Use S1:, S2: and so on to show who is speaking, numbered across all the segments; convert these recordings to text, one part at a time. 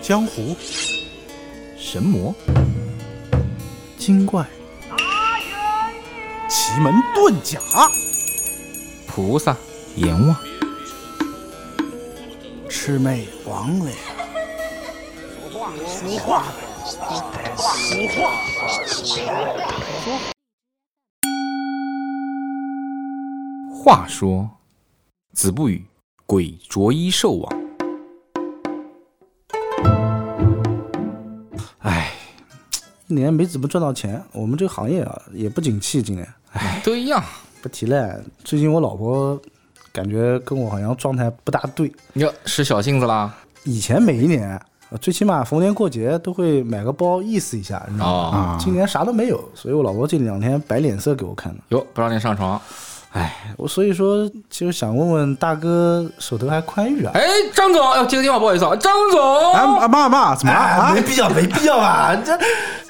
S1: 江湖、
S2: 神魔、
S1: 精怪、奇门遁甲、
S2: 菩萨、阎王、
S1: 魑魅魍魉。说话呗，说话呗，说话呗。
S2: 话说，子不语鬼着衣兽网。哎，
S1: 一年没怎么赚到钱，我们这个行业啊也不景气，今年
S2: 对呀，
S1: 不提了。最近我老婆感觉跟我好像状态不大对，
S2: 你要使小性子啦。
S1: 以前每一年。呃最起码逢年过节都会买个包意思一下，你知道吗？啊
S2: 哦
S1: 今年啥都没有，所以我老婆这两天摆脸色给我看的。
S2: 哟，不让你上床。
S1: 我所以说，其实想问问大哥，手头还宽裕啊？
S2: 哎，张总，哎呦，接个电话，不好意思啊，张总。
S3: 啊啊妈妈，怎么了
S1: 啊，
S3: 啊
S1: 哦没？必要，没必要 吧？这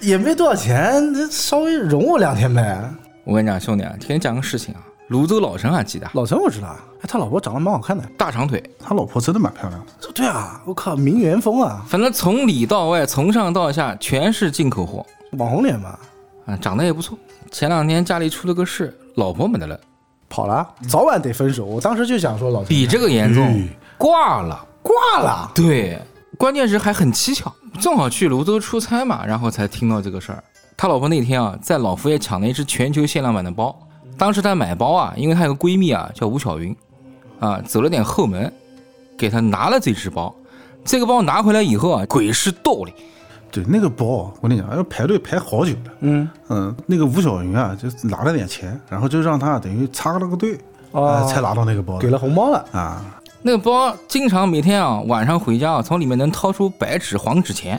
S1: 也没多少钱，这稍微容我两天呗。
S2: 我跟你讲，兄弟，给你讲个事情啊，泸州老陈还记得，
S1: 老陈我知道，哎，他老婆长得蛮好看的。
S2: 大长腿，
S3: 他老婆真的蛮漂亮的，
S1: 这对啊，我靠，名媛风啊，
S2: 反正从里到外，从上到下全是进口货，
S1: 网红脸嘛，
S2: 啊，长得也不错。前两天家里出了个事，老婆没得了，
S1: 跑了，啊
S3: 嗯
S1: 早晚得分手。我当时就想说老陈
S2: 比这个严重，挂了。
S1: 挂了，
S2: 对，关键是还很蹊跷，正好去泸州出差嘛，然后才听到这个事儿。他老婆那天啊，在老佛爷抢了一只全球限量版的包。当时她买包啊，因为她有个闺蜜啊叫吴小云，啊走了点后门，给她拿了这只包。这个包拿回来以后啊，鬼是斗哩，
S3: 对那个包，我跟你讲，要排队排好久了。
S1: 嗯，
S3: 嗯，那个吴晓云啊，就拿了点钱，然后就让他等于插了个队，
S1: 哦
S3: 啊，才拿到那个包的。
S1: 给了红包了。
S3: 啊，
S2: 那个包经常每天啊晚上回家啊，从里面能掏出白纸黄纸钱，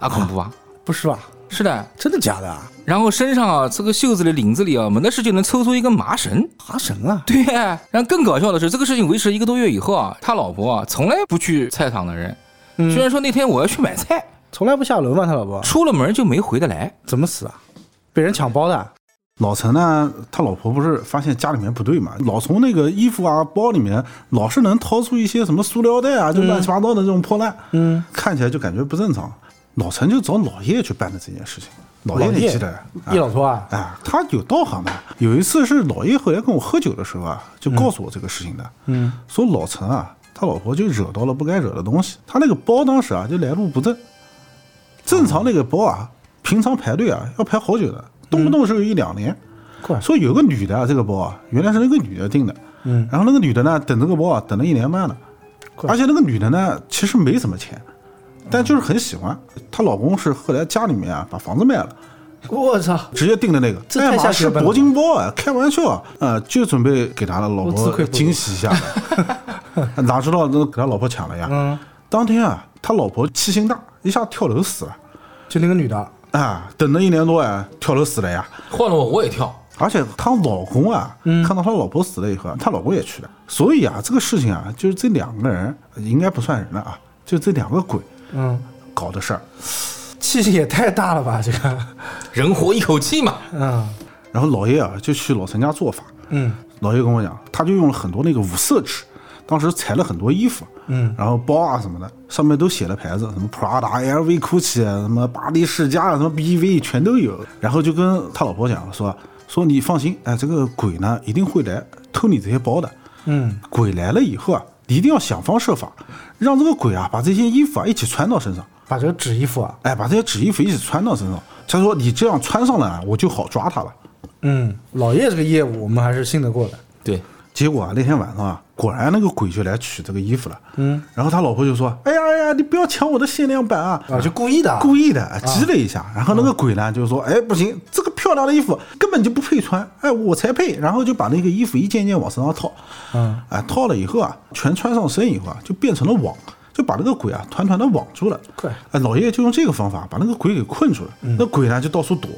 S2: 啊恐怖啊！
S1: 不是吧？
S2: 是的，
S1: 真的假的啊？
S2: 然后身上啊这个袖子里领子里啊，没得事就能抽出一根麻绳。
S1: 哈神啊！
S2: 对，然后更搞笑的是，这个事情维持了一个多月以后啊，他老婆啊从来不去菜场的人，
S1: 嗯
S2: 居然说那天我要去买菜，
S1: 从来不下楼嘛，他老婆
S2: 出了门就没回得来。
S1: 怎么死啊？被人抢包的？啊
S3: 老陈呢，他老婆不是发现家里面不对嘛，老从那个衣服啊、包里面老是能掏出一些什么塑料袋啊，就乱七八糟的这种破烂，
S1: 嗯，
S3: 看起来就感觉不正常。老陈就找老叶去办的这件事情，老叶你记得？啊
S1: 叶老托啊，
S3: 啊，他有道行的。有一次是老叶回来跟我喝酒的时候啊，就告诉我这个事情的。嗯，说老陈啊，他老婆就惹到了不该惹的东西。他那个包当时啊就来路不正，正常那个包啊，平常排队啊要排好久的，动不动是有一两年。
S1: 怪
S3: 说有个女的啊，这个包啊，原来是那个女的订的。
S1: 嗯，
S3: 然后那个女的呢，等这个包啊，等了一年半了。
S1: 怪
S3: 而且那个女的呢，其实没什么钱，但就是很喜欢。她老公是后来家里面啊把房子卖了。
S1: 我操！
S3: 直接订的那个，
S1: 这
S3: 爱
S1: 太
S3: 马
S1: 下血
S3: 仕
S1: 本了
S3: 铂金包啊，开玩笑啊，呃，就准备给他的老
S1: 我自愧
S3: 婆
S1: 不如
S3: 惊喜一下 的，哪知道那给他老婆抢了呀。
S1: 嗯，
S3: 当天啊，他老婆气性大，一下跳楼死了
S1: 就那个女的，
S3: 啊，等了一年多啊，跳楼死了呀。
S2: 换了我我也跳，
S3: 而且她老公啊，
S1: 嗯
S3: 看到她老婆死了以后啊，她老公也去了。所以啊，这个事情啊，就是这两个人应该不算人了啊，就这两个鬼
S1: 嗯，
S3: 搞的事儿。
S1: 气性也太大了吧？这个，
S2: 人活一口气嘛。
S1: 嗯
S3: 然后老叶啊，就去老陈家做法，
S1: 嗯
S3: 老叶跟我讲，他就用了很多那个五色纸，当时裁了很多衣服，
S1: 嗯，
S3: 然后包啊什么的，上面都写了牌子，什么 Prada、LV、GUCCI 啊，什么巴黎世家啊，什么 BV 全都有。然后就跟他老婆讲说，说你放心，哎，这个鬼呢一定会来偷你这些包的。
S1: 嗯，
S3: 鬼来了以后啊，你一定要想方设法让这个鬼啊把这些衣服啊一起穿到身上，
S1: 把这个纸衣服啊，
S3: 哎，把这些纸衣服一起穿到身上。他说你这样穿上了啊，我就好抓他了。
S1: 嗯，老叶这个业务我们还是信得过的。
S2: 对，
S3: 结果啊，那天晚上啊，果然那个鬼就来取这个衣服了。嗯，然后他老婆就说：“哎呀哎呀，你不要抢我的限量版啊！”
S1: 啊，就故意的啊，啊
S3: 故意的激了一下，然后那个鬼呢就说：“哎，不行，这个漂亮的衣服根本就不配穿，哎，我才配。”然后就把那个衣服一件件往身上套，
S1: 嗯，
S3: 啊，套了以后啊，全穿上身以后啊，就变成了网，就把那个鬼啊团团的网住了。
S1: 怪
S3: 啊，老叶就用这个方法把那个鬼给困住了，
S1: 嗯
S3: 那鬼呢就到处躲。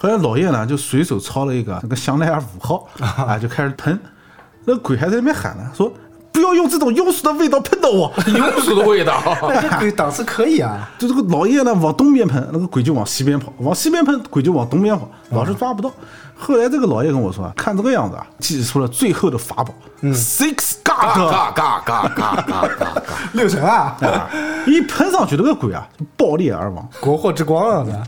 S3: 后来老叶呢就 随手抄了一个那个香奈儿五号，啊，就开始喷。那鬼还在那边喊呢，说不要用这种庸俗的味道喷到我。
S2: 庸俗的味道。
S1: 那这鬼档次可以啊，
S3: 就这个老爷呢，往东边喷，那个鬼就往西边跑；往西边喷，鬼就往东边跑，
S1: 嗯
S3: 老是抓不到。后来这个老爷跟我说啊，看这个样子啊，记出了最后的法宝、s
S1: 嗯
S3: i x
S2: 嘎
S3: God，
S2: 嘎嘎嘎嘎嘎嘎嘎！
S1: 六神 啊，
S3: 一喷上去，这个鬼啊就爆裂而亡。
S1: 国货之光啊！那啊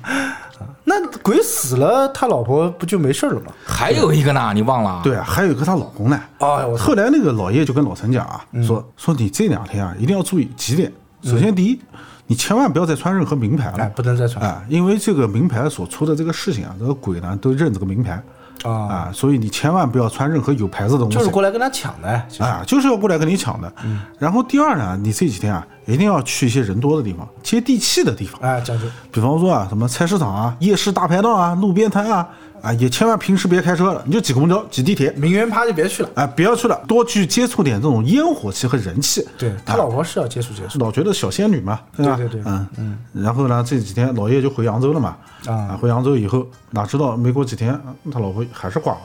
S1: 那鬼死了，他老婆不就没事了吗？
S2: 还有一个呢，你忘了？
S3: 对啊，还有一个她老公呢。
S1: 哎我操嗯
S3: 后来那个老爷就跟老陈讲啊，说说你这两天啊一定要注意几点。首先第一，你千万不要再穿任何名牌
S1: 哎，
S3: 了。
S1: 不能再传。
S3: 啊，因为这个名牌所出的这个事情啊，这个鬼呢都认这个名牌
S1: 啊
S3: 所以你千万不要穿任何有牌子的东西，
S1: 就是过来跟他抢的，其实
S3: 啊，就是要过来跟你抢的。
S1: 嗯
S3: 然后第二呢，你这几天啊一定要去一些人多的地方，接地气的地方，
S1: 哎，讲究
S3: 比方说啊什么菜市场啊、夜市大排档啊、路边摊啊，啊也千万平时别开车了，你就挤公交、挤地铁，
S1: 名媛趴就别去了。
S3: 啊，不要去了，多去接触点这种烟火气和人气。
S1: 对他
S3: 啊
S1: 老婆是要接触接触，
S3: 老觉得小仙女嘛，吧？
S1: 对对对
S3: 嗯嗯。然后呢，这几天老叶就回扬州了嘛，
S1: 啊，
S3: 回扬州以后，哪知道没过几天，他老婆还是挂了。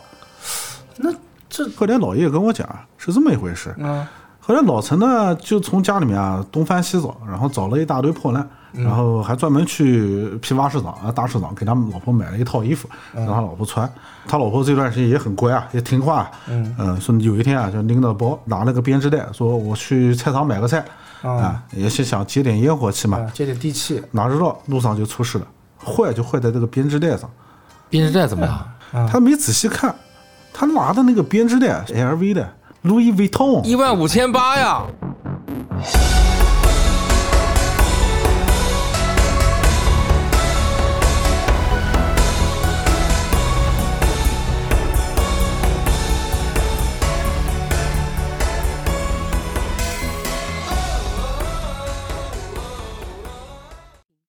S1: 那这
S3: 后来老叶跟我讲啊是这么一回事，
S1: 嗯
S3: 后来老陈呢就从家里面啊东翻西找，然后找了一大堆破烂。然后还专门去批发市场啊，大市场给他们老婆买了一套衣服，让他老婆穿。他老婆这段时间也很乖啊，也听话、啊。嗯，说有一天啊，就拎着包，拿了个编织袋，说我去菜场买个菜，啊，嗯也是想接点烟火气嘛。
S1: 啊接点地气，
S3: 哪知道路上就出事了，坏就坏在这个编织袋上，
S2: 编织袋怎么了？
S3: 他没仔细看，他拿的那个编织袋 LV 的 Louis Vuitton，
S2: 一万五千八呀！